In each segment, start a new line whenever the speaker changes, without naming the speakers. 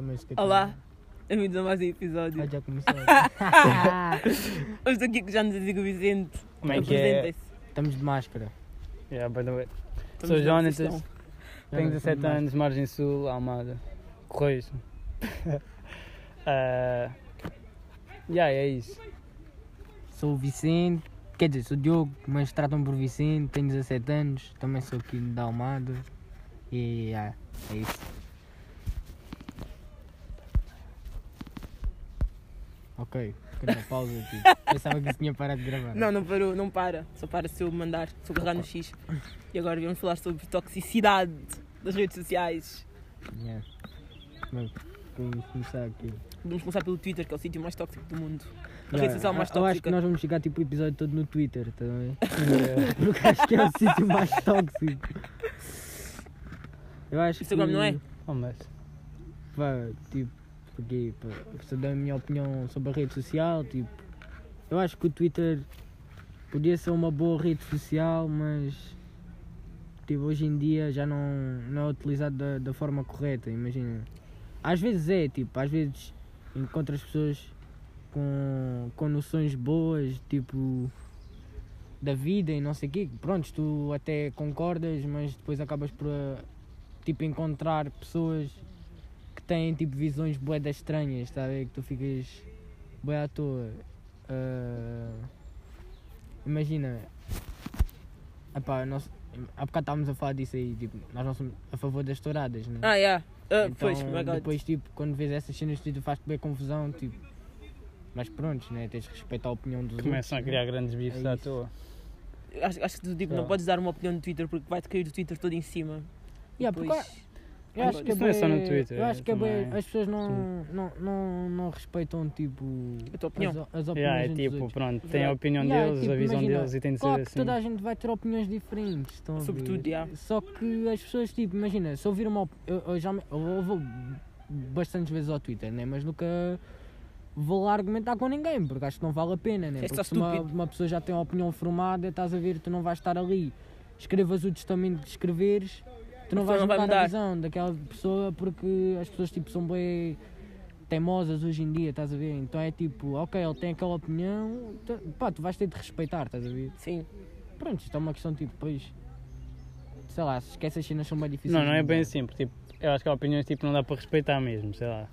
mas que
Olá, bem-vindos a mais um episódio.
Ah, já começou.
Hoje estou aqui com o João Antigo Vicente.
Como é que é?
Apresentem-se.
Estamos de máscara.
Yeah, by the way.
Estamos bem,
Sou
vocês
Jonatas,
estão?
tenho
Jonatas,
17
estamos
anos, Margem Sul, Almada, Correios. Ah, yeah, é isso.
Sou o Vicente, quer dizer, sou o Diogo, mas tratam-me por Vicente, tenho 17 anos, também sou aqui da Almada. E ah, é isso. Ok, pequena pausa aqui. Pensava que isso tinha parado de gravar.
Não, não parou, não para. Só para se eu mandar, se eu carregar no X. E agora vamos falar sobre toxicidade das redes sociais.
Yeah. Bem, Vamos começar aqui.
Vamos começar pelo Twitter, que é o sítio mais tóxico do mundo. A
Yeah,
rede social mais
eu- Eu acho que
tóxica.
nós vamos chegar tipo o episódio todo no Twitter tá também.
Yeah.
Porque acho que é o sítio mais tóxico. Eu acho
Instagram,
que,
não é?
Oh, mas,
Pá, tipo, porque pá, se eu dar a minha opinião sobre a rede social, tipo, eu acho que o Twitter podia ser uma boa rede social, mas tipo, hoje em dia já não, não é utilizado da, da forma correta, imagina. Às vezes é, tipo, às vezes encontras pessoas com, com noções boas, tipo, da vida e não sei o quê, pronto, tu até concordas, mas depois acabas por, tipo, encontrar pessoas que têm tipo visões boedas estranhas, está a ver? Que tu ficas bué à toa. Ah, imagina, epá, nós, há bocado estávamos a falar disso aí, tipo, nós não somos a favor das touradas, né?
Ah, yeah. Ah,
Então,
pois, my God.
depois, tipo, quando vês essas cenas, tu faz-te bem confusão, tipo, mas pronto, né? Tens de respeitar a opinião dos
começam a
outros. né?
criar grandes bifes
É
à
isso.
toa.
Acho, acho que tu tipo, não
Yeah.
podes dar uma opinião no Twitter porque vai-te cair do Twitter todo em cima.
Yeah, porque
Depois-
Eu acho que
Isso não é só no
bué-
Twitter,
Eu acho que é bué-
também.
as pessoas não, não, não, não respeitam, tipo,
A tua
as,
opinião.
as opiniões
Yeah, é
uns dos
tipo,
outros.
pronto, tem a
Yeah,
opinião
yeah,
deles,
tipo,
a visão
imagina,
deles e tem de ser
Claro que
assim.
toda a gente vai ter opiniões diferentes. Estão a ver?
Sobretudo, yeah.
Só que as pessoas, tipo, imagina, se ouvir uma. op- Eu, eu já me- eu, eu vou bastantes vezes ao Twitter, né? Mas nunca vou lá argumentar com ninguém, porque acho que não vale a pena, né?
És
Porque
É só
se uma,
estúpido.
uma pessoa já tem uma opinião formada, estás a ver, tu não vais estar ali. Escrevas o testamento que escreveres, tu não
A pessoa
vais
não vai
mudar a
mudar.
visão daquela pessoa porque as pessoas, tipo, são bem teimosas hoje em dia, estás a ver? Então é tipo, ok, ele tem aquela opinião, tu, pá, tu vais ter de respeitar, estás a ver?
Sim.
Pronto, isto é uma questão tipo, pois. Sei lá, se esquece as cenas são bem difíceis.
Não, não
de
é bem
mudar.
assim, porque tipo, eu acho que há opiniões tipo, não dá para respeitar mesmo, sei lá.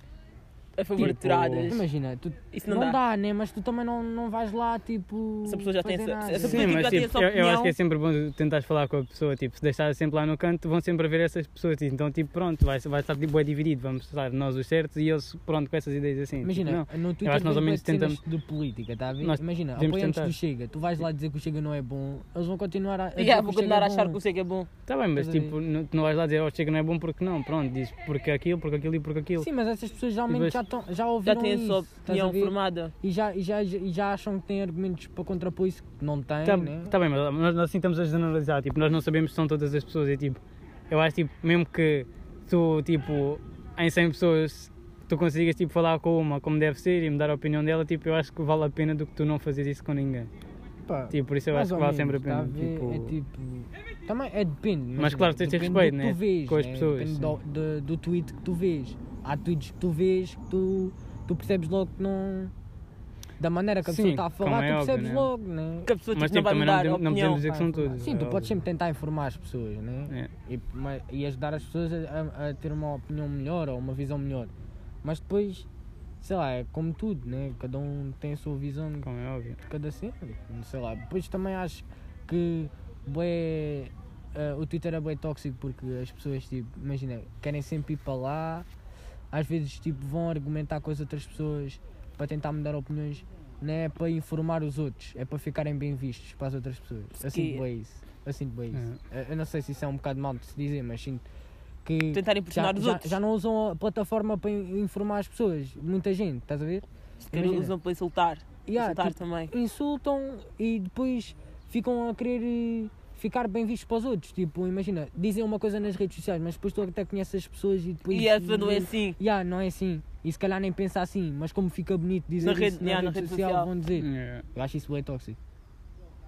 A favor de
Tipo,
touradas.
Imagina, tu
Isso
não,
assim. não,
dá. né? Mas tu também não, não vais lá tipo.
Essa pessoa já tem
fazer
essa-
nada.
essa-
Sim,
tipo,
mas
já tem
tipo,
essa
eu, eu acho
opinião.
que é sempre bom tentar falar com a pessoa, tipo, se deixar sempre lá no canto, vão sempre haver essas pessoas, tipo, então tipo, pronto, vai, vai estar tipo, é dividido, vamos estar nós os certos e eles, pronto, com essas ideias assim.
Imagina,
tipo, não.
no Twitter
acho que nós ao
vem
menos
bué de cenas de política, tá a ver?
nós
Imagina,
devemos
apoiantes do
tentar.
Chega, tu vais lá dizer que o Chega não é bom, eles vão continuar a, a
Yeah,
dizer
vou
que o Chega
continuar a
é
achar
bom.
que o cego é bom.
Está bem, mas
Estás a ver?
tipo, não, não vais lá dizer, oh, chega, não é bom porque não, pronto, diz porque aquilo, porque aquilo e porque aquilo.
Sim, mas essas pessoas realmente
depois-
já, tão, já
Já
ouviram
tem a
isso,
sua
estás a
opinião
ver?
formada.
e já, e, já, e já acham que têm argumentos para contrapor isso que não têm,
Está
né?
Tá bem, mas nós nós assim estamos a generalizar, tipo, nós não sabemos se são todas as pessoas e tipo, eu acho tipo, mesmo que tu, tipo, em 100 pessoas, tu consigas tipo falar com uma como deve ser e mudar a opinião dela, tipo, eu acho que vale a pena do que tu não fazer isso com ninguém.
Pá,
Tipo, por isso eu
Mais
acho que
ou
vale sempre a
menos,
pena.
tá a ver?
tipo,
É tipo. Também é depende. imagina,
claro, tens de ter
depende do
respeito,
que tu
né,
vês,
com as
né?
pessoas,
Depende
sim.
do, do, do tweet que tu vês. Há tweets que tu vês que tu, tu percebes logo que não. Da maneira que a pessoa
Sim,
está a
como
falar,
é
tu percebes
óbvio, né?
logo, né?
Que a pessoa
Mas
tipo, não
tipo,
vai
também não
mudar a
podemos, não
opinião.
podemos dizer que são todas.
Sim, tu
é
podes
óbvio.
sempre tentar informar as pessoas, né?
É.
E, mas- e ajudar as pessoas a, a- a ter uma opinião melhor ou uma visão melhor. Mas depois, sei lá, é como tudo, né? Cada um tem a sua visão
Como é óbvio.
cada cena, não sei lá. Depois também acho que bué, eh, o Twitter é bem tóxico porque as pessoas, tipo, imagina, querem sempre ir para lá, às vezes tipo, vão argumentar com as outras pessoas para tentar mudar opiniões, não é para informar os outros, é para ficarem bem vistos para as outras pessoas. Eu
Que-
sinto bem isso. Eu sinto bem isso. Eu- Eu não sei se isso é um bocado mal de se dizer, mas sinto que
Tentar
já,
impressionar os
já-
outros.
já não usam a plataforma para in- informar as pessoas, muita gente, estás a ver?
Se calhar
imagina.
usam para insultar.
Yeah,
insultar
tipo,
também.
insultam e depois ficam a querer eh, ficar bem vistos para os outros. Tipo, imagina, dizem uma coisa nas redes sociais, mas depois tu até conheces as pessoas e depois.
E essa não é assim.
Ya, não é assim. E se calhar nem pensa assim, mas como fica bonito dizer
Na
isso
rede-
na,
ya,
rede
na rede
social,
social.
vão dizer.
É.
Eu acho isso bem tóxico.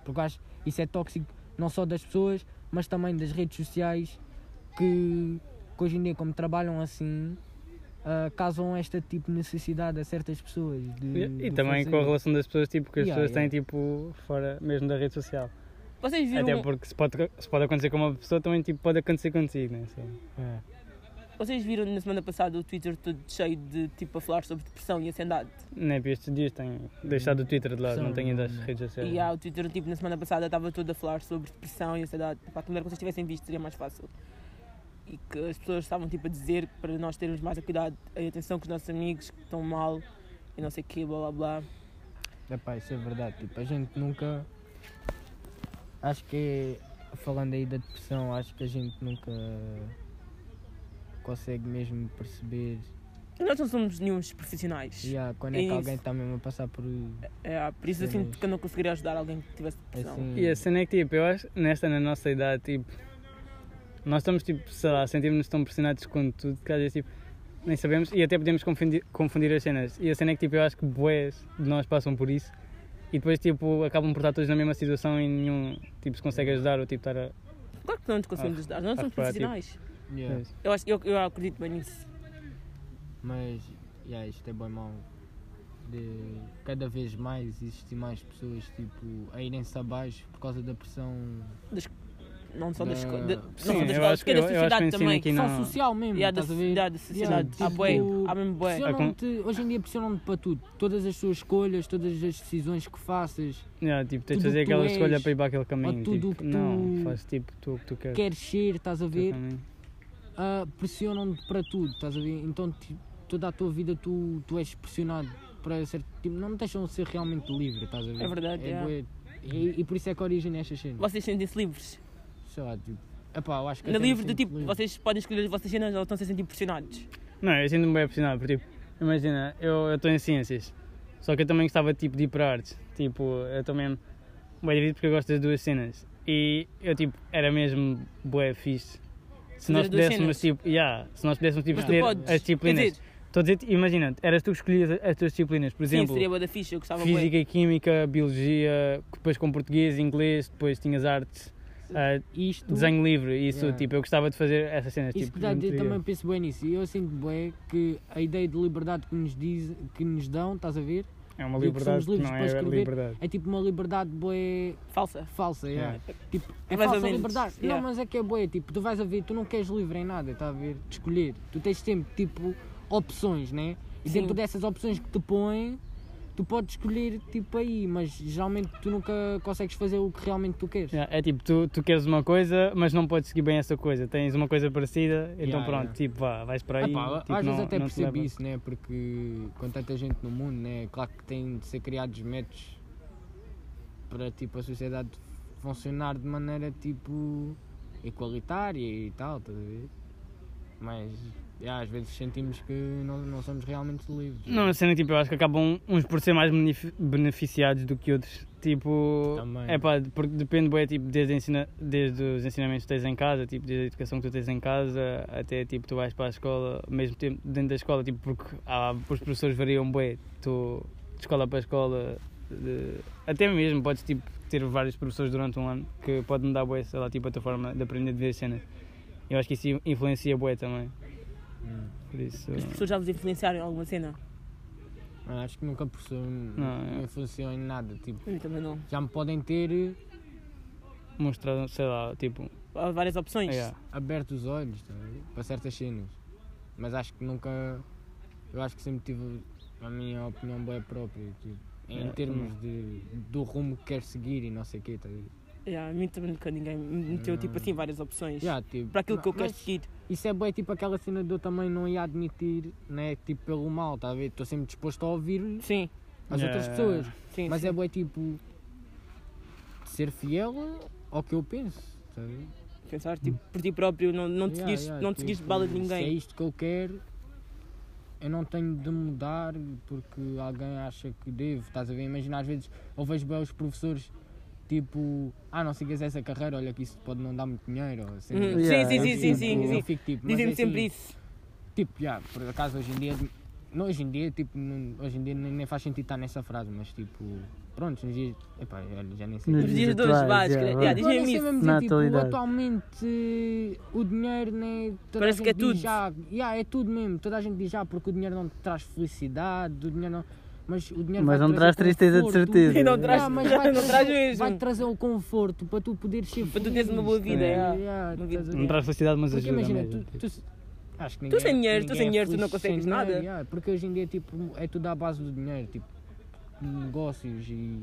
Porque eu acho isso é tóxico não só das pessoas, mas também das redes sociais que, que hoje em dia, como trabalham assim, ah, causam esta tipo de necessidade a certas pessoas. De,
E, e
de
também
fazer.
com a relação das pessoas, tipo, que as
Hum, Yeah,
pessoas têm, tipo, fora mesmo da rede social.
Vocês viram,
Até porque se pode, se pode acontecer com uma pessoa, também, tipo, pode acontecer contigo, né? Assim.
É.
vocês viram na semana passada o Twitter todo cheio de tipo a falar sobre depressão e ansiedade?
Né, por estes dias tenho deixado o Twitter de lado, não tenho ido às redes sociais.
E há o Twitter, tipo, na semana passada estava todo a falar sobre depressão e ansiedade. Tipo, Para que melhor que vocês tivessem visto, seria mais fácil. E que as pessoas estavam, tipo, a dizer para nós termos mais a cuidado e atenção com os nossos amigos que estão mal e não sei o quê, blá blá blá.
Epá, isso é verdade. Tipo, a gente nunca. Acho que é- falando aí da depressão, acho que a gente nunca consegue mesmo perceber
Nós não somos nenhum profissionais.
yeah, quando é que
Isso.
alguém está mesmo a passar por
É, por isso, assim,
Sim.
que eu não conseguiria ajudar alguém que tivesse depressão.
assim.
E a cena é que, tipo, eu acho, nesta, na nossa idade, tipo, nós estamos, tipo, sei lá, sentimos-nos tão pressionados com tudo, que às vezes, tipo, nem sabemos e até podemos confundir, confundir as cenas. E a cena é que, tipo, eu acho que boés de nós passam por isso e depois, tipo, acabam por estar todos na mesma situação e nenhum, tipo, se consegue ajudar ou, tipo, estar a...
Claro que não nos conseguimos
Ah,
ajudar, nós não somos
acho que era, tipo,
profissionais.
Yeah.
Eu, acho, eu, eu acredito bem nisso.
Mas yeah, isto é bem mau. De cada vez mais existem mais pessoas tipo, a irem-se abaixo por causa da pressão
Não só
Da-
da escola. de-
Sim,
Não só
eu
da escola,
acho que-
porque é da
eu- eu acho que o
sociedade
ensino
também.
aqui E
pressão
não-
social mesmo.
E há da
estás a ver?
sociedade, da
Yeah,
sociedade. Há
tipo,
bué, há mesmo bué.
pressionam-te- hoje em dia pressionam-te para tudo. Todas as tuas escolhas, todas as decisões que faças,
Yeah, tipo, tens
Tudo
de fazer
que tu
aquela
és,
escolha para ir para aquele caminho,
tudo
tipo,
o que tu
não, faz, tipo, tu o que tu queres.
queres ser, estás a
o teu
ver,
caminho.
ah, pressionam-te para tudo, estás a ver? Então ti- toda a tua vida tu, tu és pressionado para ser. Tipo, não te deixam ser realmente livre, estás a ver?
É verdade, é.
bué- e, e por isso é que origina estas cenas.
Vocês sentem-se livres?
Sei lá, tipo. Epá, eu acho que
Na
até me
livre do
sinto
tipo,
livre.
vocês podem escolher as vossas cenas ou estão a ser sempre pressionados.
Não, eu sinto-me bem impressionado, porque tipo, imagina, eu eu estou em ciências, só que eu também gostava tipo, de ir para artes. Tipo, eu também bem dividido porque eu gosto das duas cenas. E eu tipo, era mesmo bué fixe.
Fazer
Se nós
as duas
pudéssemos,
cenas.
tipo, yeah, se nós pudéssemos tipo,
Mas tu
escolher
podes,
as
Quer
disciplinas.
dizer,
Estou a dizer, imagina, eras tu que escolhias as tuas disciplinas, por
sim,
exemplo,
seria boa da ficha, eu gostava bué.
física e química, biologia, depois com português, inglês, depois tinhas artes, ah,
Isto,
desenho livre, isso,
Yeah.
tipo, eu gostava de fazer essas cenas.
isso
tipo,
que dá a dizer,
interior.
também penso bem nisso. E eu sinto bem que a ideia de liberdade que nos, diz, que nos dão, estás a ver?
É uma
e que somos
liberdade que
livres
não
para
é
escrever.
liberdade.
É tipo uma liberdade boé
Falsa.
falsa, é.
Yeah.
Tipo, é
Mais ou
falsa
menos,
liberdade.
yeah.
Não, mas é que é boé, tipo, tu vais a ver, tu não queres livre em nada, está a ver? De escolher. Tu tens sempre, tipo, opções, né? E
Sim.
dentro dessas opções que te põem, tu podes escolher, tipo, aí, mas geralmente tu nunca consegues fazer o que realmente tu queres.
Yeah, é tipo, tu, tu queres uma coisa, mas não podes seguir bem essa coisa. Tens uma coisa parecida, então
Yeah,
pronto,
yeah.
tipo, vá, vais para
Ah,
aí.
pá,
tipo,
às vezes
não-
até
não te
percebo
leva.
isso, né? Porque com tanta gente no mundo, né? Claro que têm de ser criados métodos para tipo a sociedade funcionar de maneira tipo igualitária e tal, estás a ver? Mas já, às vezes sentimos que não, não somos realmente livres.
Não, a cena, tipo, eu acho que acabam uns por ser mais benef- beneficiados do que outros. Tipo,
Também.
é pá, porque depende, bué, tipo, desde, a ensina, desde os ensinamentos que tens em casa, tipo, desde a educação que tu tens em casa, até, tipo, tu vais para a escola, ao mesmo tempo dentro da escola, tipo, porque há, os professores variam, bué, tu, de escola para escola, de- até mesmo, podes, tipo, ter vários professores durante um ano, que pode mudar, bué, sei lá, tipo, a tua forma de aprender de ver as cenas. Eu acho que isso influencia, bué, também.
Hum.
Por isso...
As pessoas já vos influenciaram em alguma cena?
Ah, Acho que nunca professor
Não,
não
é.
influenciou em nada. Tipo,
Eu também não.
já me podem ter
Mostrar, sei lá, tipo...
Há várias opções.
yeah.
aberto os olhos tá a ver? para certas cenas. Mas acho que nunca. Eu acho que sempre tive a minha opinião bem própria, tipo, em
É,
termos de, do rumo que quero seguir e não sei o quê, tá a ver?
Yeah, a mim também nunca ninguém me meteu, tipo assim, várias opções.
Já, tipo,
Para aquilo que eu quero
mas
seguir.
Isso é bem tipo aquela cena de eu também não ia admitir, né? Tipo, pelo mal, tá a ver? Estou sempre disposto a ouvir
Sim,
as
Yeah.
outras pessoas.
É. sim.
Mas
sim.
é bem tipo. ser fiel ao que eu penso, tá a ver?
Pensar tipo, por ti próprio, não, não te
Yeah,
seguires
yeah,
não te seguires de bala de
tipo, Se é
ninguém.
isto que eu quero, eu não tenho de mudar porque alguém acha que devo. Estás a ver? Imagina, às vezes eu vejo bem os professores tipo, ah, não sigas essa carreira, olha que isso pode não dar muito dinheiro. Ou assim,
Uhum.
Yeah,
sim, sim,
é
sim,
tipo,
sim, sim,
eu
sim.
fico tipo, mas
Dizem-me
é assim,
sempre isso.
Tipo, yeah, por acaso hoje em dia, não, hoje em dia, tipo, não- hoje em dia nem, nem faz sentido estar nessa frase, mas tipo, Pronto, nos dias. Epá, olha, já nem sei.
Nos
Mas,
Nos
dias
dias
de hoje,
atuais,
vá,
é,
escre-
vá.
yeah,
agora nem
Dizem-me
sei
isso.
mesmo
Na
dizer, tipo,
atualidade.
atualmente eh, o dinheiro nem. toda a
Parece que
gente
é tudo.
diz Já, yeah, é tudo mesmo. Toda a gente diz já porque o dinheiro não te traz felicidade, o dinheiro não. Mas o dinheiro vai
Mas não
trazer
traz tristeza de
conforto.
certeza.
E não traz-
Yeah, mas vai,
não traz
trazer,
mesmo.
vai trazer o conforto para tu poderes ser
Para tu teres uma boa vida,
Yeah.
é.
Yeah,
Uma vida.
estás a
Não
ver?
traz felicidade, mas
Porque
ajuda
imagina,
mesmo. tipo.
tu, tu se- acho que
Tu
ninguém,
sem dinheiro, tu
ninguém
sem
é
dinheiro, tu
feliz
não consegues
sem dinheiro,
nada.
yeah, porque hoje em dia tipo, é tudo à base do dinheiro, tipo, negócios e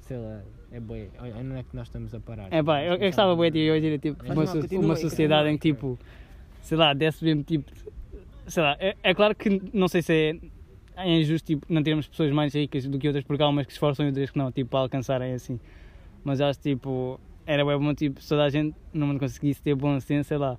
sei lá, é boi, não é que nós estamos a parar.
É pá, eu, eu gostava bué de hoje era tipo
Mas
uma,
não,
so-
continua,
uma
continua.
sociedade em que tipo, sei lá, desse mesmo tipo, sei lá, é, é claro que não sei se é, é injusto tipo, não termos pessoas mais ricas do que outras porque há umas que se esforçam e outras que não, tipo, para alcançarem assim. Mas acho tipo, era bué bom tipo, se toda a gente no mundo conseguisse ter bom senso, sei lá,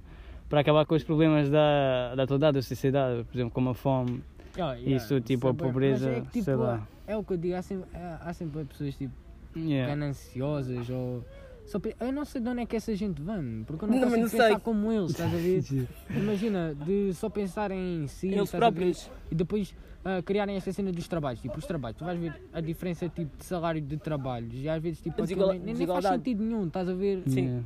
para acabar com os problemas da, da atualidade da sociedade, por exemplo, como a fome,
Yeah, yeah,
isso, tipo,
é
a
bué, mas
pobreza,
é que, tipo,
sei lá.
É o que eu digo, há sempre, há- há sempre bué pessoas tipo,
yeah.
gananciosas ou. Só, pe- eu não sei de onde é que essa gente vem, porque eu não
Não, mas
consigo
não sei.
pensar como eles, estás a ver? Imagina, de só pensar em si,
Eles
estás a ver?
próprios.
e depois ah, criarem esta cena dos trabalhos. Tipo, os trabalhos, tu vais ver a diferença tipo, de salário de trabalhos e às vezes tipo, aquilo
Desigual-
nem, nem- nem faz
desigualdade.
sentido nenhum. Estás a ver?
Sim.
Yeah.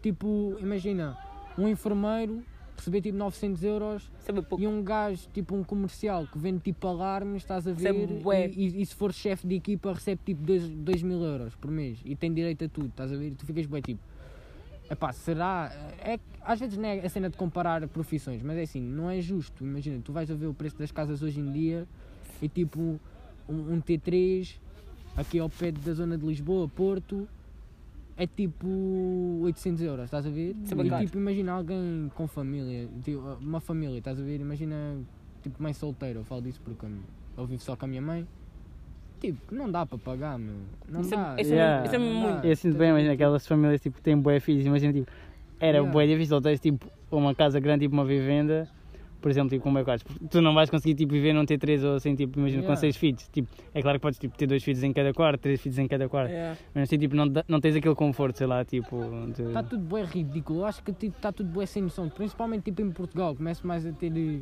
Tipo, imagina um enfermeiro receber tipo 900 euros
Sabe pouco.
e um gajo, tipo um comercial que vende tipo alarmes, estás a ver?
Recebe bué.
E, e- e se for chefe de equipa, recebe tipo 2 mil euros por mês e tem direito a tudo, estás a ver? E tu ficas bem tipo. Epá, será? É, que às vezes não é a cena de comparar profissões, mas é assim, não é justo. Imagina, tu vais a ver o preço das casas hoje em dia e tipo um, um T3 aqui ao pé da zona de Lisboa, Porto, é tipo 800 euros, estás a ver? E
Isso é bacana.
tipo, imagina alguém com família, tipo, uma família, estás a ver? Imagina, tipo, mãe solteira, eu falo disso porque eu- eu vivo só com a minha mãe. Tipo, não dá para pagar, meu. Não
Isso é-
dá.
isso
é
não
muito-
dá,
isso é
não
muito.
dá. Então,
Eu sinto bem, imagina aquelas famílias tipo, que têm bué filhos, imagina tipo, era
Yeah.
bué difícil, ou tens tipo uma casa grande, tipo uma vivenda, por exemplo, tipo com bué quartos, porque tu não vais conseguir tipo, viver num T3 ou assim, tipo, imagina
Yeah.
com seis filhos, tipo, é claro que podes tipo, ter dois filhos em cada quarto, três filhos em cada quarto,
É.
mas assim, tipo, não, dá- não tens aquele conforto, sei lá, tipo, de...
Está Tá tudo bem ridículo. Eu acho que tipo, está tudo bem sem noção. Principalmente tipo, em Portugal. Começo mais a ter eh,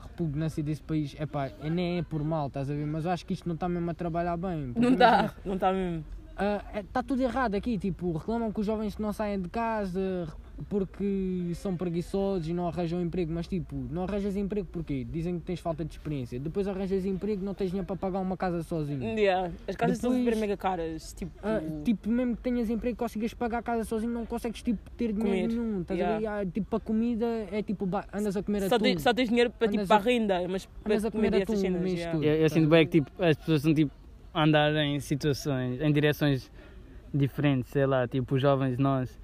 repugnância desse país. Epá, e nem é por mal, estás a ver? Mas eu acho que isto não está mesmo a trabalhar bem. Porque
Não
imagina,
está, não está mesmo.
ah, é- Está tudo errado aqui. Tipo, reclamam que os jovens não saem de casa porque são preguiçosos e não arranjam emprego. Mas tipo, não arranjas emprego porquê? Dizem que tens falta de experiência. Depois arranjas emprego não tens dinheiro para pagar uma casa sozinho.
Yeah. As casas são
Depois-
super mega caras. Tipo,
Ah, tipo, mesmo que tenhas emprego, consigas pagar a casa sozinho, não consegues tipo, ter dinheiro
Comer,
nenhum. Estás a
yeah.
ver? Ah, tipo, a comida é tipo, ba- andas a comer a
só,
tudo.
tens, só tens dinheiro para, tipo,
Andas
para
a-
a renda, mas
andas
para
a comer
comer essas
atum,
cenas.
mês
yeah.
todo.
Eu, eu sinto bem que tipo, as pessoas são tipo a andar em situações, em direções diferentes, sei lá, tipo os jovens nós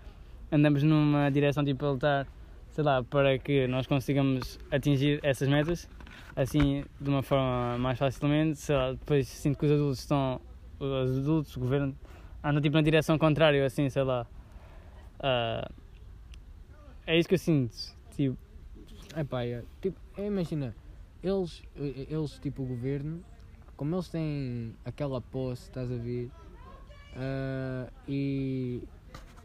andamos numa direção tipo a lutar, sei lá, para que nós consigamos atingir essas metas assim de uma forma mais facilmente, sei lá, depois sinto que os adultos estão os adultos, o governo andam tipo na direção contrária, assim, sei lá. Ah, é isso que eu sinto, tipo,
Epá, é, tipo, é, imagina, eles, eh, eles, tipo, o governo, como eles têm aquela posse, estás a ver, ah, e,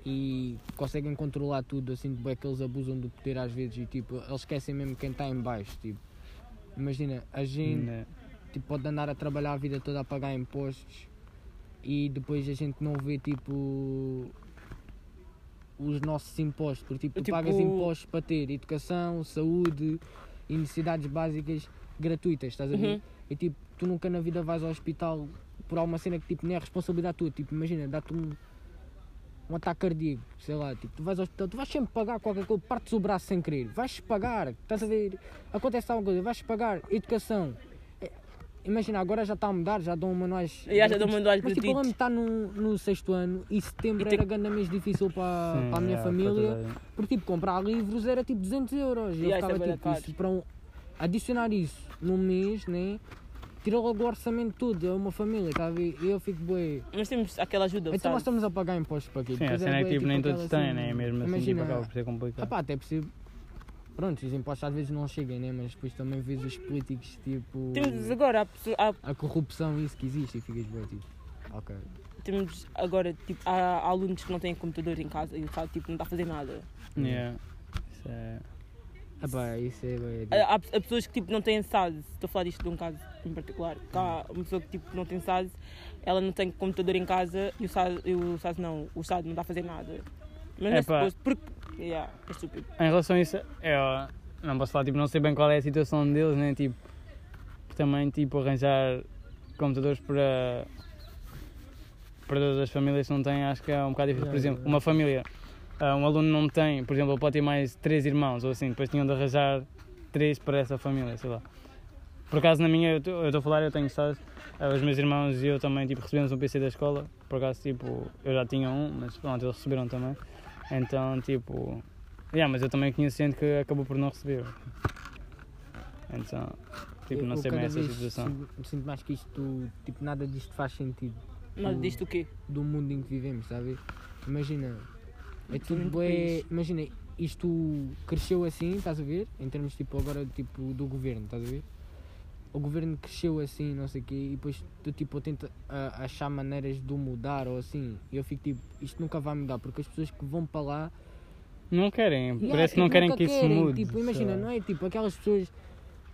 e conseguem controlar tudo, assim, de bem que eles abusam do poder às vezes e, tipo, eles esquecem mesmo quem está em baixo, tipo. Imagina, a gente
né?
tipo, pode andar a trabalhar a vida toda a pagar impostos e depois a gente não vê tipo os nossos impostos, porque tipo, tu
Tipo-
pagas impostos para ter educação, saúde e necessidades básicas gratuitas, estás a ver?
Uhum.
E tipo, tu nunca na vida vais ao hospital por alguma cena que tipo, nem é responsabilidade tua, tipo, imagina, dá-te um, um ataque cardíaco, sei lá, tipo, tu vais ao hospital, tu vais sempre pagar qualquer coisa, partes o braço sem querer, vais pagar, estás a ver? Acontece alguma coisa, vais pagar educação. É, Imagina, agora já está a mudar, já dão manuais.
Yeah, já dão manuais
Mas tipo, eu
gratuitos.
lembro de estar no, no sexto ano e setembro
E tem-
era grande mês difícil para,
Sim,
para a minha
é, para
família,
toda a-
porque tipo, comprar livros era tipo 200 euros. E eu
Yeah,
ficava
isso é bué
tipo,
caro.
isso para um- adicionar isso num mês, né? Tira logo o orçamento todo, é uma família, está a ver? E eu fico bem.
Mas temos aquela ajuda,
Então nós
sabe?
estamos a pagar impostos para quê?
Sim, a
Depois
cena é
bué,
que tipo, nem
aquela
todos têm,
cena-
né? Mesmo assim, tipo,
Imagina,
acaba por ser complicado.
ah pá, até percebo. Pronto, os impostos às vezes não chegam, né? Mas depois também vês os políticos, tipo.
Temos agora, há pessoa- há-
A corrupção e isso que existe e ficas bem, tipo. Ok.
temos agora tipo, há, há alunos que não têm computador em casa e o Fábio tipo, não está a fazer nada.
Yeah. Isso é-
Ah pá, isso é bem.
Há, há pessoas que tipo, não têm SAD, estou a falar disto de um caso em particular. Cá, uma pessoa que tipo, não tem SAD, ela não tem computador em casa e o SAD, e o SAD não, o SAD não está a fazer nada. Mas não é
Epá.
suposto, porque. Yeah, é estúpido.
Em relação a isso, eu não posso falar, tipo, não sei bem qual é a situação deles, nem tipo, também tipo arranjar computadores para para todas as famílias que não têm, acho que é um bocado difícil. Por
Yeah,
exemplo,
yeah.
uma família, ah, um aluno não tem, por exemplo, ele pode ter mais três irmãos ou assim, depois tinham de arranjar três para essa família, sei lá. Por acaso na minha, eu tô- eu estou a falar, eu tenho SAS, ah, os meus irmãos e eu também tipo, recebemos um PC da escola, por acaso tipo, eu já tinha um, mas pronto, eles receberam também. Então tipo, yeah, mas eu também conheço gente que acabou por não receber. Então, tipo, não
Eu
sei bem
cada
essa
vez
situação.
sinto- Sinto mais que isto, tipo, nada disto faz sentido.
Nada
Hum.
disto o quê?
do mundo em que vivemos, sabe? Imagina, é
Depende do
tudo é,
país.
imagina, isto cresceu assim, estás a ver? Em termos tipo agora tipo do governo, estás a ver? O governo cresceu assim, não sei o quê, e depois tu tipo tenta ah, achar maneiras de o mudar ou assim. E eu fico tipo, isto nunca vai mudar, porque as pessoas que vão para lá
Não querem,
Yeah,
parece que não
tipo,
querem
nunca
que isso
querem,
mude.
Tipo, imagina,
sei lá.
não é tipo aquelas pessoas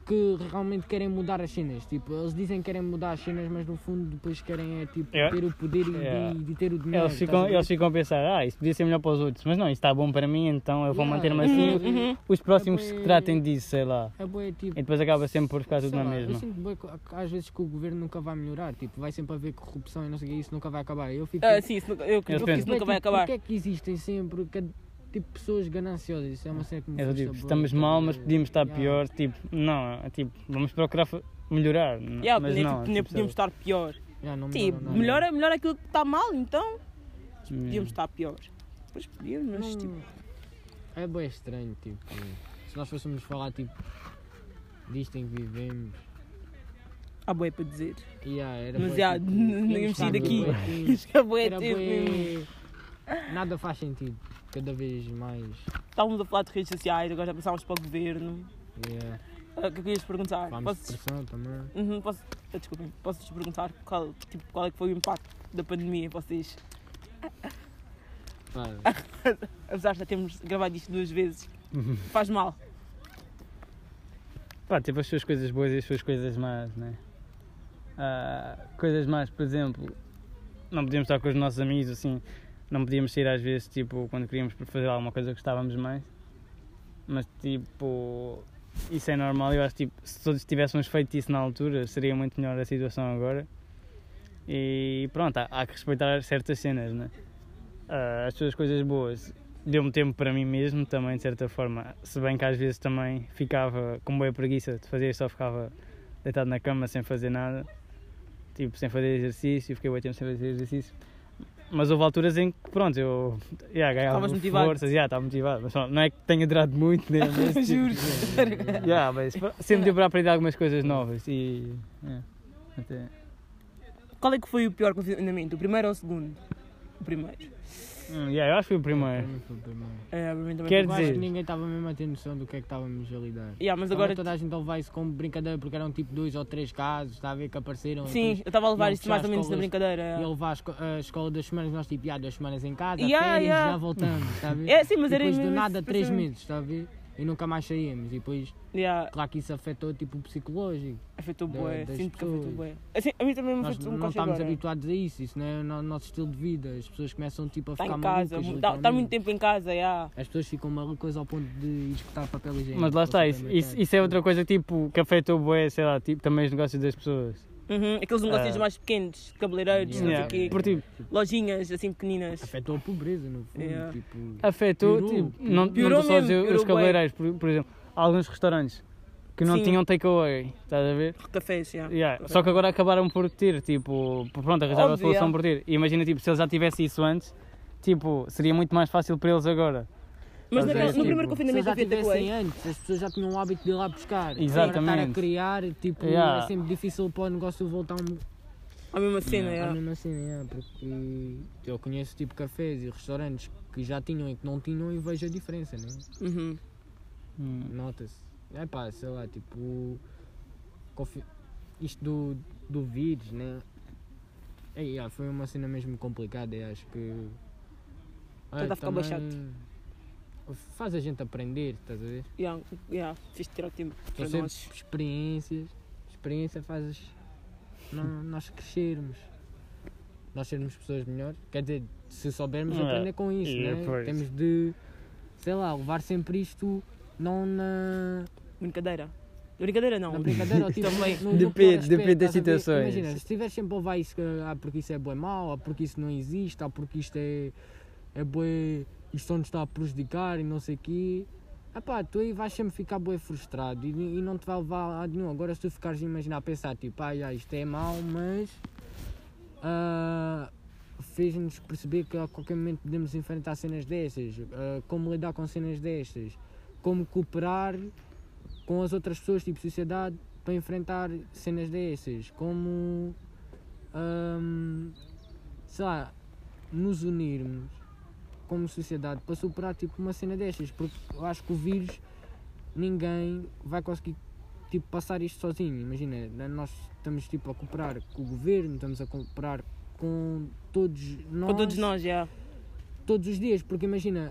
que realmente querem mudar as cenas. Tipo, eles dizem que querem mudar as cenas, mas no fundo depois querem é tipo
Yeah.
ter o poder e
Yeah.
de, de ter o dinheiro.
É. Eles
estás a
ficam,
ver?
eles ficam a pensar, ah, isso podia ser melhor para os outros, mas não, isso está bom para mim, então eu vou
Yeah. É
manter-me
Uhum,
assim.
uhum.
Os próximos que
Depois-
tratem disso, sei lá.
É bué, tipo,
E depois acaba sempre Então, por ficar tudo
sei
na
lá,
mesma.
Eu sinto bué que que às vezes que o governo nunca vai melhorar, tipo, vai sempre haver corrupção e não sei o que, isso nunca vai acabar. Eu fico.
Ah,
tipo,
sim, isso nunca, eu,
Eu
eu,
penso.
isso nunca
bué,
vai
tipo,
acabar.
Porquê é que existem sempre cada- tipo, pessoas gananciosas? Isso é uma cena que me
É do
frustra
tipo,
bué,
estamos
estás a
mal, mas
ver?
podíamos estar
Yeah.
pior, tipo, não, é tipo, vamos procurar fa- melhorar. n-
Yeah,
mas
nem,
não,
tipo, nem
tipo,
podíamos estar pior.
Yeah, não Hum.
Tipo,
melhoram nada.
melhor, é- melhor aquilo que está mal, então
sei lá.
podíamos estar pior. Pois podíamos, mas tipo.
Hum. É bem estranho, tipo. Se nós fôssemos falar, tipo. Disto em que vivemos.
Há boé para dizer.
Yeah, era
Mas
bué,
já,
tipo,
não
tínhamos
íamos sair
estado
daqui.
bué tempo,
Isto é boé
Hum. Era
tempo mesmo.
bué- Nada faz sentido. Cada vez mais.
Estávamos a falar de redes sociais, agora já passámos para o governo.
Yeah.
Ah, O que é que eu ia te perguntar?
Vamos de
Posso,
pressão também.
uhum, posso, ah, desculpem, posso te perguntar qual, tipo, qual é que foi o impacto da pandemia em vocês?
Pá,
Apesar de já termos gravado isto duas vezes,
Uhum.
faz mal.
Pá, teve as suas coisas boas e as suas coisas más, né? Ah, coisas más, por exemplo, não podíamos estar com os nossos amigos, assim, não podíamos sair às vezes, tipo, quando queríamos fazer alguma coisa que gostávamos mais. Mas, tipo, isso é normal. Eu acho que, tipo, se todos tivéssemos feito isso na altura, seria muito melhor a situação agora. E pronto, há, há que respeitar certas cenas, né? Ah, as suas coisas boas deu-me tempo para mim mesmo também, de certa forma. Se bem que às vezes também ficava com boa preguiça de fazer, só ficava deitado na cama sem fazer nada, tipo, sem fazer exercício, fiquei oito tempo sem fazer exercício. Mas houve alturas em que, pronto, eu yeah, ganhava
Estavas motivado.
forças, yeah, estava motivado, mas pronto, não é que tenha durado muito, né? mas, tipo,
Juro.
Yeah, mas pra- sempre deu para aprender algumas coisas novas e. é, até-
Qual é que foi o pior confinamento? O primeiro ou o segundo? O primeiro.
Hum, yeah, eu acho que foi o
para
primeiro.
mim foi o primeiro.
É, para mim também foi
Quer
Eu
o
acho
dizer-
que ninguém estava mesmo a ter noção do que é que estávamos a lidar.
pior. Yeah, mas
Agora
agora.
toda a gente levava isso como brincadeira porque eram tipo dois ou três casos, está a ver que apareceram.
Sim,
depois
eu estava a levar
iam
isto mais
fechar
ou menos na
escolas,
brincadeira.
E
é.
ele levar a, esco- a escola duas semanas, nós tipo, ah, duas semanas em casa,
Yeah,
férias,
yeah.
já voltamos, está a ver?
É, sim, mas
E
era é.
depois do
mesmo
nada,
esse
três
pensamento.
meses, está a ver? E nunca mais saímos. E depois,
Yeah,
claro que isso afetou tipo o psicológico.
afetou
Da-
bué,
das
sinto que afetou
pessoas.
bué. Assim, a mim também me
Nós
afetou um
não
bocado
estávamos
agora.
habituados a isso, isso não é o no- nosso estilo de vida. As pessoas começam tipo a
Está
ficar
Tá em casa,
malucas.
está
literalmente.
muito tempo em casa, yeah.
As pessoas ficam malucas ao ponto de ir escutar papel higiênico.
Mas lá
ao
está, isso, isso,
supermercado.
isso é outra coisa tipo, que afetou boé, sei lá, tipo, também os negócios das pessoas.
Uhum, Aqueles
É.
negócios
Ah.
mais pequenos, cabeleireiros,
Yeah,
não sei o quê.
por tipo,
Lojinhas assim pequeninas.
Afetou a pobreza, no fundo.
Yeah.
Tipo,
afetou,
Piorou,
tipo,
piorou.
não, não
Piorou
estou só a dizer
mesmo,
os
piorou bué.
cabeleireiros, por, por exemplo, há alguns restaurantes que não
Sim.
tinham takeaway, estás a ver?
Cafés, yeah.
Yeah, Só que agora acabaram por ter, tipo, por- pronto, arranjaram a
Óbvio,
solução
yeah.
por ter. E imagina, tipo, se eles já tivessem isso antes, tipo, seria muito mais fácil para eles agora.
Mas
Mas
na-
é
no
tipo,
primeiro
se eles
confinamento
já
havia
tivessem
takeaway.
antes, as pessoas já tinham o hábito de ir lá buscar.
Exatamente.
Agora estar a criar, tipo,
Yeah.
é sempre difícil para o negócio voltar um,
A mesma cena,
à
yeah.
mesma cena, yeah, porque eu conheço tipo cafés e restaurantes que já tinham e que não tinham e vejo a diferença, né?
Uhum.
Hum.
Nota-se. É pá, sei lá, tipo. confi- Isto do, do vírus, né? É, yeah, foi uma cena mesmo complicada e acho que.
Tenta Então tá ficar bué
também- faz a gente aprender, estás a ver?
Yeah, yeah, fiz tirar o tempo
São
para
sempre
nós.
experiências. Experiência faz nó- nós crescermos. Nós sermos pessoas melhores. Quer dizer, se soubermos
É,
aprender com isso,
é,
né?
pois.
Temos de, sei lá, levar sempre isto não na,
Brincadeira. Brincadeira não.
na brincadeira. ou tipo,
Também.
no- no pior
Depende-
aspecto,
depende das
estás a ver?
situações.
Imagina, se estiver sempre a levar isso, ah, porque isso é bom mau, ou porque isso não existe, ou porque isto é, é bué, isto só nos está a prejudicar e não sei o quê. Ah pá, tu aí vais sempre ficar bué frustrado e, e não te vai levar a lado nenhum. Agora se tu ficares a imaginar, a pensar tipo, ah, já, isto é mau, mas ah, fez-nos perceber que a qualquer momento podemos enfrentar cenas destas, ah, como lidar com cenas destas, como cooperar com as outras pessoas, tipo sociedade, para enfrentar cenas destas, como ahm, sei lá, nos unirmos como sociedade para superar tipo uma cena destas, porque eu acho que o vírus ninguém vai conseguir tipo passar isto sozinho. Imagina, né, nós estamos tipo a cooperar com o governo, estamos a cooperar com todos nós,
Com todos nós, já.
todos os dias, porque imagina,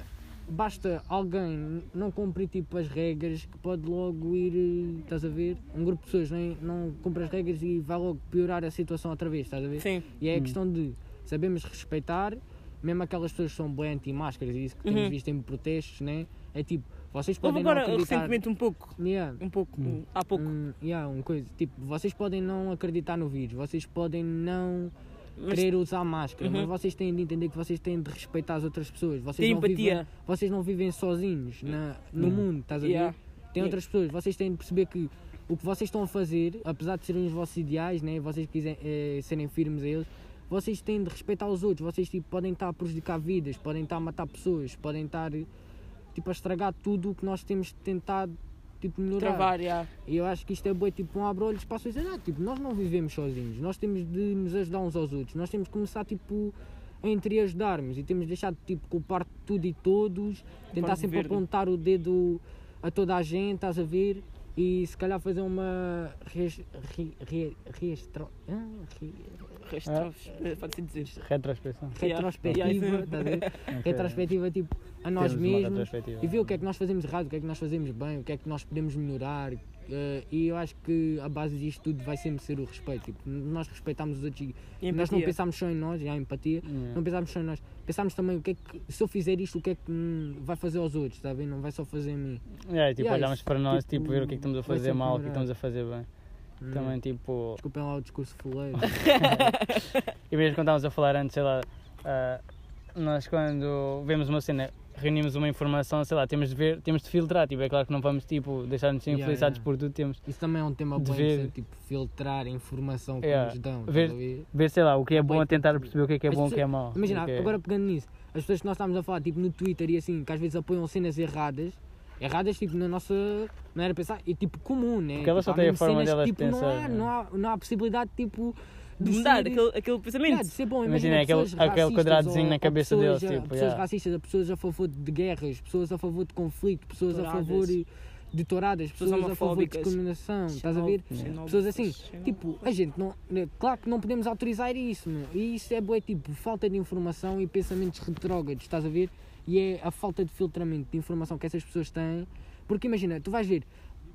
basta alguém não cumprir tipo as regras que pode logo ir, eh, estás a ver? Um grupo de pessoas nem, não cumpre as regras e vai logo piorar a situação outra vez, estás a ver?
Sim.
E é a questão de sabemos respeitar, mesmo aquelas pessoas que são bem anti-máscaras e isso que temos
Uhum.
visto em protestos, né? É tipo, vocês
Houve
podem
agora
não acreditar.
recentemente um pouco.
Yeah.
Um pouco. Há pouco.
Um, yeah, uma coisa, tipo, vocês podem não acreditar no vírus, vocês podem não
Mas
querer usar máscara,
Uhum.
mas vocês têm de entender que vocês têm de respeitar as outras pessoas, vocês,
Ter
não, vivem,
empatia.
vocês não vivem sozinhos na- no mundo, estás a ver?
Yeah.
Tem
Yeah.
outras pessoas, vocês têm de perceber que o que vocês estão a fazer, apesar de serem os vossos ideais, né, vocês quiserem eh, serem firmes a eles, vocês têm de respeitar os outros, vocês tipo, podem estar a prejudicar vidas, podem estar a matar pessoas, podem estar eh, tipo, a estragar tudo o que nós temos tentado tipo, melhorar.
travar, já.
E eu acho que isto é boi, tipo, um abre-olhos para a sociedade. Tipo, nós não vivemos sozinhos, nós temos de nos ajudar uns aos outros, nós temos de começar, tipo, a entreajudarmos e temos de deixar de, tipo, culpar tudo e todos, tentar
Concordo,
sempre
verde.
apontar o dedo a toda a gente, estás a ver? E se calhar fazer uma. Res, re, re, restro- hã? Re- É.
Restos. Pode-se eh, dizer.
Retrospecção.
Yeah.
retrospectiva,
Yeah.
estás a ver?
Ok.
Retrospectiva, tipo, a nós
Temos uma
mesmos
retrospectiva.
e ver o que é que nós fazemos errado, o que é que nós fazemos bem, o que é que nós podemos melhorar. eh, e eu acho que a base disto tudo vai sempre ser o respeito. Tipo, nós respeitamos os outros e
E
nós não
empatia.
pensamos só em nós, e há empatia,
Yeah.
não pensamos só em nós. Pensamos também o que é que, se eu fizer isto, o que é que hum, vai fazer aos outros, está bem? Não vai só fazer a mim.
Yeah, tipo,
Yeah,
olhamos
isso,
para nós,
tipo,
tipo, ver o que é que estamos a
vai
fazer
sempre
mal, o que é que
melhorar.
estamos a fazer bem.
Hum,
Também, tipo,
Desculpem lá o discurso fuleiro.
E mesmo quando estávamos a falar antes, sei lá, ah, nós quando vemos uma cena, reunimos uma informação, sei lá, temos de ver, temos de filtrar, tipo, é claro que não vamos, tipo, deixar-nos
Yeah,
influenciados
yeah.
por tudo, temos de
Isso também é um tema
De
bem
ver-
interessante, tipo, filtrar a informação que
Yeah.
nos dão. estás
Ver-
a ver?
ver, sei lá, o que é bom,
Bem,
tentar perceber o que é que é
as
bom, o que é
pessoas-
mau.
Imagina,
o que é-
agora pegando nisso, as pessoas que nós estávamos a falar, tipo no Twitter e assim, que às vezes apoiam cenas erradas, erradas, tipo, na nossa maneira de pensar, e tipo comum, né?
Porque elas
Tipo,
só
há
têm a
mesmo
forma
cenas que,
delas de
tipo,
pensar,
Não há,
né?
não, há, não há possibilidade, tipo,
De
ser-
mudar aquele, aquele
Yeah, de
pensamento.
ser bom,
Imagina,
imagina
aquele-
pessoas
aquele
racistas
quadradozinho
ou-
na
ou
cabeça
pessoas, a-
deles, tipo,
pessoas
yeah.
racistas, a pessoas a favor de guerras, pessoas a favor de conflito, pessoas a
Touradas.
favor de touradas,
Pessoas
pessoas a favor de
homofóbicas.
discriminação, estás a ver?
Xenófobos.
Pessoas assim,
Xenófobos.
tipo, a gente não. né, Claro que não podemos autorizar isso, meu. E isso é bué, tipo, falta de informação e pensamentos retrógrados, estás a ver? E é a falta de filtramento de informação que essas pessoas têm. Porque imagina, tu vais ver,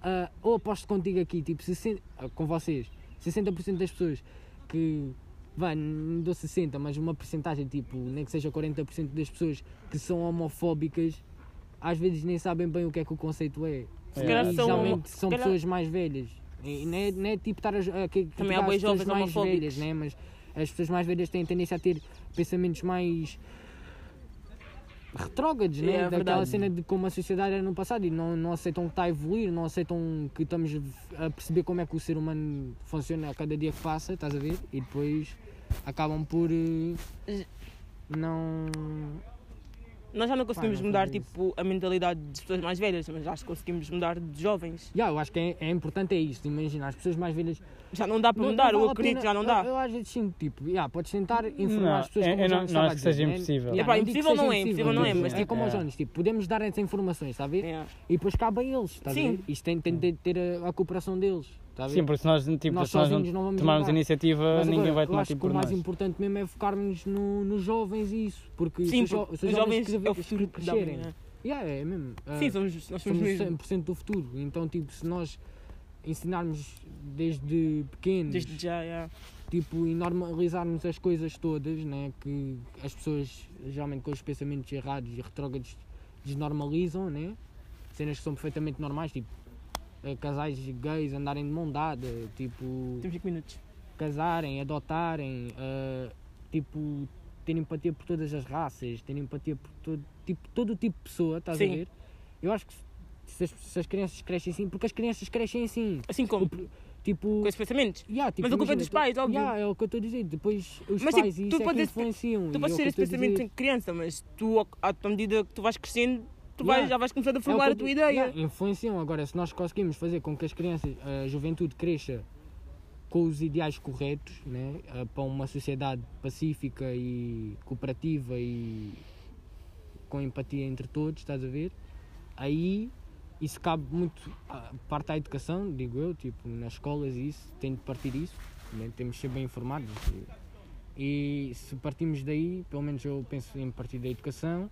ah, ou aposto contigo aqui, tipo, 60, ah, com vocês, 60% das pessoas que. Vai, não dou 60, mas uma percentagem, tipo, nem que seja 40% das pessoas que são homofóbicas, às vezes nem sabem bem o que é que o conceito é.
Se
E
calhar
são
geralmente
homo- se
são
calhar-
pessoas mais velhas. E não é, não é tipo estar a, ju- a que- criticar
há
as
boas
pessoas
jovens
mais
homofóbicos.
velhas, né? mas as pessoas mais velhas têm tendência a ter pensamentos mais retrógrados,
É, é
né? Daquela
verdade.
cena de como a sociedade era no passado e não, não aceitam que está a evoluir, não aceitam que estamos a perceber como é que o ser humano funciona a cada dia que passa, estás a ver? E depois acabam por eh, não.
Nós já não conseguimos
Pá, não
mudar
faz
tipo, a mentalidade de pessoas mais velhas, mas acho que conseguimos mudar de jovens.
Yeah, eu acho que é, é importante é isto, imagina, as pessoas mais velhas
Já não dá para
Não-
mudar,
não
eu
vale a
acredito,
pena-
já não
Eu,
dá.
eu às vezes sinto tipo, yeah, podes tentar informar
Não,
as pessoas
eu-
como
eu
o
não-
Jones
não
estava
acho
a
que
dizer,
seja
né?
impossível.
Yeah,
Epá,
não digo que
impossível
seja
não é, impossível não é, mas
é
tipo-
como os
Yeah.
Jones, tipo, podemos dar essas informações, está a ver?
Yeah.
E depois cabe a eles, está a
Sim.
ver? Isto tem, tem de ter a, a cooperação deles, está a ver?
Sim, porque se nós, tipo,
Nós
se nós não
sozinhos não vamos
tomarmos
mudar.
iniciativa,
Mas
ninguém
agora,
vai
eu
tomar
acho
tipo
que o
por
mais
nós.
importante mesmo é focarmos no, nos jovens e isso, porque
Sim,
se, os jo-
porque
se os jovens,
é o
crescer-
futuro que dá
crescerem
amanhã.
e Yeah, é mesmo. Ah,
Sim, somos, nós somos
somos
mesmo.
100% do futuro. Então, tipo, se nós ensinarmos desde pequenos,
Desde já, yeah.
tipo, e normalizarmos as coisas todas, né? Que as pessoas, geralmente com os pensamentos errados e retrógrados, desnormalizam, né? Cenas que são perfeitamente normais, tipo, eh, casais gays andarem de mão dada, tipo
Temos 5 minutos.
casarem, adotarem, ah, tipo, terem empatia por todas as raças, terem empatia por todo tipo, todo o tipo de pessoa, estás a
Sim.
ver? Eu acho que se as, se as crianças crescem assim, porque as crianças crescem assim,
Assim como?
tipo...
Com esses pensamentos?
yeah, tipo,
Mas a culpa
imagina,
é dos
tu-
pais, óbvio.
yeah, é o que eu estou a dizer, depois os
Mas, tipo,
pais e
tu
isso é que
podes-
influenciam.
Tu
e
podes
é o que
ter
eu estou
esse
a dizer.
pensamento em criança, mas tu, ao- à à medida que tu vais crescendo, tu
Yeah.
vais, já vais começando a
É o
formar
que
a
eu
tua
di-
ideia.
Yeah, influenciam. Agora, se nós conseguimos fazer com que as crianças, a juventude cresça com os ideais corretos, né? ah, para uma sociedade pacífica e cooperativa e com empatia entre todos, estás a ver? Aí isso cabe muito à parte da educação, digo eu, tipo, nas escolas e isso, tem de partir disso, né? temos de ser bem informados. E se partimos daí, pelo menos eu penso em partir da educação,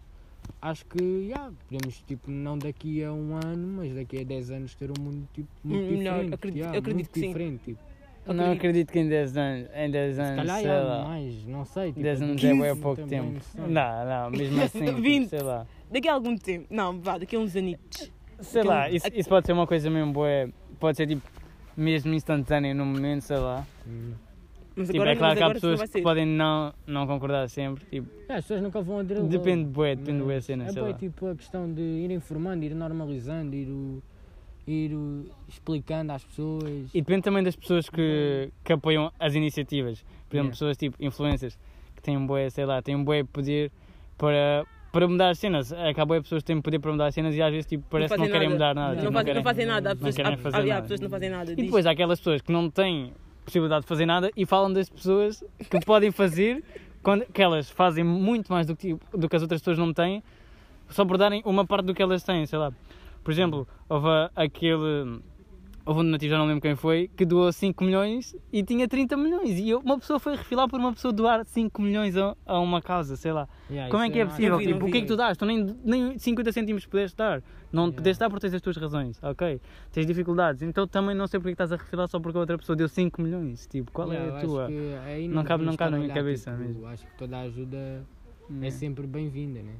acho que yeah, podemos, tipo, não daqui a um ano, mas daqui a 10 anos ter um mundo tipo, muito
Hum, não,
diferente.
acredito-
yeah,
acredito
muito
que sim.
diferente, tipo.
Não acredito que em 10 anos, em 10
Se
anos,
calhar
sei
yeah,
lá,
mais, não sei. Tipo,
10 anos é
15
bem pouco
também,
tempo.
sei
Não,
lá.
não, mesmo assim, tipo,
20.
sei lá.
Daqui a algum tempo. Não, vá, daqui a uns anitos.
Sei
Aquele-
lá, isso,
aquele-
isso pode ser uma coisa mesmo boa, pode ser tipo mesmo instantânea no momento, sei lá.
Hum.
Mas
Tipo,
agora,
é claro
mas
que há
agora isso não vai
pessoas que
ser.
podem não, não concordar sempre, tipo,
Yeah, É, as pessoas nunca vão aderir logo.
depende bué, depende bué a
Mas
cena,
é
sei
bué,
lá.
tipo a questão de ir informando, ir normalizando, ir, o- ir o- explicando às pessoas.
E depende também das pessoas
Uhum.
que, que apoiam as iniciativas. Por exemplo,
Yeah.
pessoas tipo influencers que têm um bué, sei lá, têm um bué poder para, para mudar as cenas. É que há bué pessoas que têm poder para mudar as cenas e às vezes tipo, parece que não
fazem
querem
nada.
mudar nada.
Não,
tipo,
fazem,
querem.
não fazem nada. Há
não
pessoas,
querem
há-
fazer
há- há
nada.
pessoas que não fazem nada.
E
disso.
depois há aquelas pessoas que não têm possibilidade de fazer nada e falam das pessoas que podem fazer, quando, que elas fazem muito mais do que, tipo- do que as outras pessoas não têm, só por darem uma parte do que elas têm, sei lá. Por exemplo, houve a- aquele. Houve um donativo, já não lembro quem foi, que doou 5 milhões e tinha 30 milhões. E eu- uma pessoa foi refilar por uma pessoa doar 5 milhões a, a uma causa, sei lá.
Yeah,
Como é
isso
que é
mais-
possível?
Não vi, não
Tipo, o que é que tu dás? Tu nem, nem 50 cêntimos pudeste dar. Não
Yeah.
pudeste dar porque tens as tuas razões, ok? Tens dificuldades. Então também não sei porque é que estás a refilar só porque a outra pessoa deu 5 milhões. Tipo, qual
Yeah, eu
é a
acho
tua?
que aí
Não cabe-
podemos
não cabe na
trabalhar,
minha cabeça
tipo,
mesmo.
Acho que toda a ajuda é
Yeah.
sempre bem-vinda, né?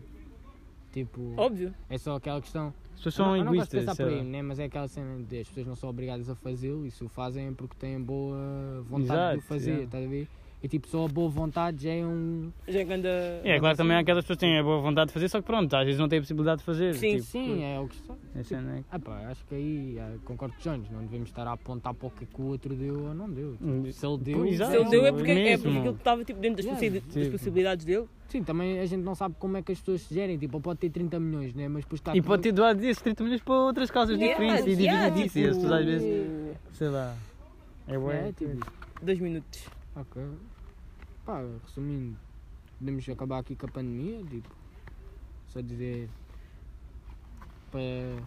Tipo,
Óbvio.
é só aquela questão.
As pessoas
eu
são
não, eu não gosto de
egoístas.
pensar
um sei
por
lá.
aí, né? Mas é aquela cena de as pessoas não são obrigadas a fazê-lo e se o fazem é porque têm boa vontade de o
Exato,
fazer,
yeah.
estás a ver? E tipo, só a boa vontade já é um.
Já anda.
E é claro, também há aquelas pessoas que têm a boa vontade de fazer, só que pronto, às vezes não têm a possibilidade de fazer.
Sim,
tipo,
Sim, é o que está.
essa não é-
Ah pá, acho que aí ah, concordo com o Jones, não devemos estar a apontar para o que é que o outro deu ou não deu. Se ele deu,
Hum, Pois,
já
Se ele deu é porque, é
Mesmo.
porque aquilo que estava tipo, dentro das,
Yeah,
possi- das
tipo.
possibilidades dele.
Sim, também a gente não sabe como é que as pessoas se gerem, tipo, ele pode ter 30 milhões, né? Mas depois está
E pode ter doado esses 30 milhões para outras causas diferentes e dividido isso. E as pessoas às vezes, sei lá. É bué.
É, tipo,
Dois minutos.
ok. Pá, resumindo, podemos acabar aqui com a pandemia, tipo, só dizer para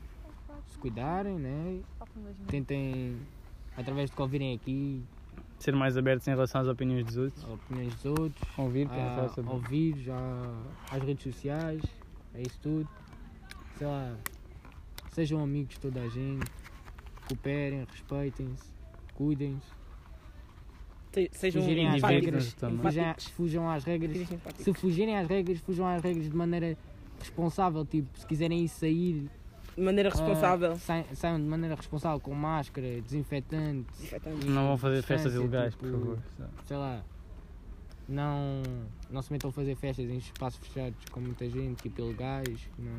se cuidarem, né? Tentem, através de que ouvirem aqui,
Ser mais abertos em relação às opiniões dos outros.
opiniões dos outros.
Ouvir,
a
pensar sobre.
ouvir já às redes sociais, é isso tudo. Sei lá, sejam amigos de toda a gente, cooperem, respeitem-se, cuidem-se,
Se- Sejam
Fugirem às
empáticos.
regras também.
fujam,
Empáticos.
fujam às regras.
Sejam empáticos.
Se fugirem às regras, fujam às regras de maneira responsável, tipo, se quiserem ir sair,
De maneira
ah,
responsável.
sai- saiam de maneira responsável com máscara, desinfetante,
Perfeitamente.
Não vão fazer
Distância,
festas ilegais, por
tipo,
favor.
sei lá, não, não se metam a fazer festas em espaços fechados com muita gente, tipo ilegais, não,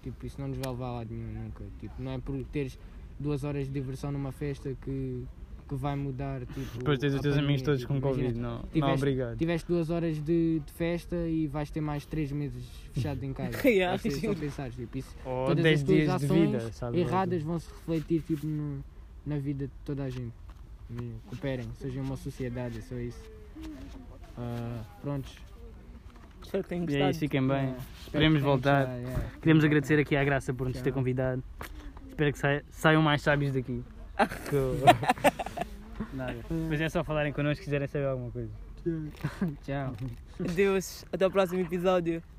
tipo, isso não nos vai levar a lado nenhum nunca. Tipo, não é por teres duas horas de diversão numa festa que, que vai mudar. Tipo,
Depois tens
a
os teus amigos
pandemia,
todos
tipo,
com
imagina,
Covid, não, é? não
tiveste-
obrigado.
Tiveste duas horas de, de festa e vais ter mais três meses fechado em casa.
Yeah,
Vais ter só
juro.
pensares, tipo, isso.
Ou
Todas
10
as tuas
Oh, dias de
ações
vida, sabe?
erradas vão se refletir tipo, no- na vida de toda a gente. E Cooperem, sejam uma sociedade, é só isso. Ah, prontos.
Espero que tenham
E
gostado.
é isso, fiquem bem.
Ah, espero que
Queremos
tenham
voltar.
gostado, yeah.
Queremos agradecer aqui à Graça por nos
Tchau.
ter convidado. Espero que saia- saiam mais sábios daqui. Que- Nada. Mas é só falarem connosco se quiserem saber alguma coisa.
Tchau.
Adeus. Até o próximo episódio.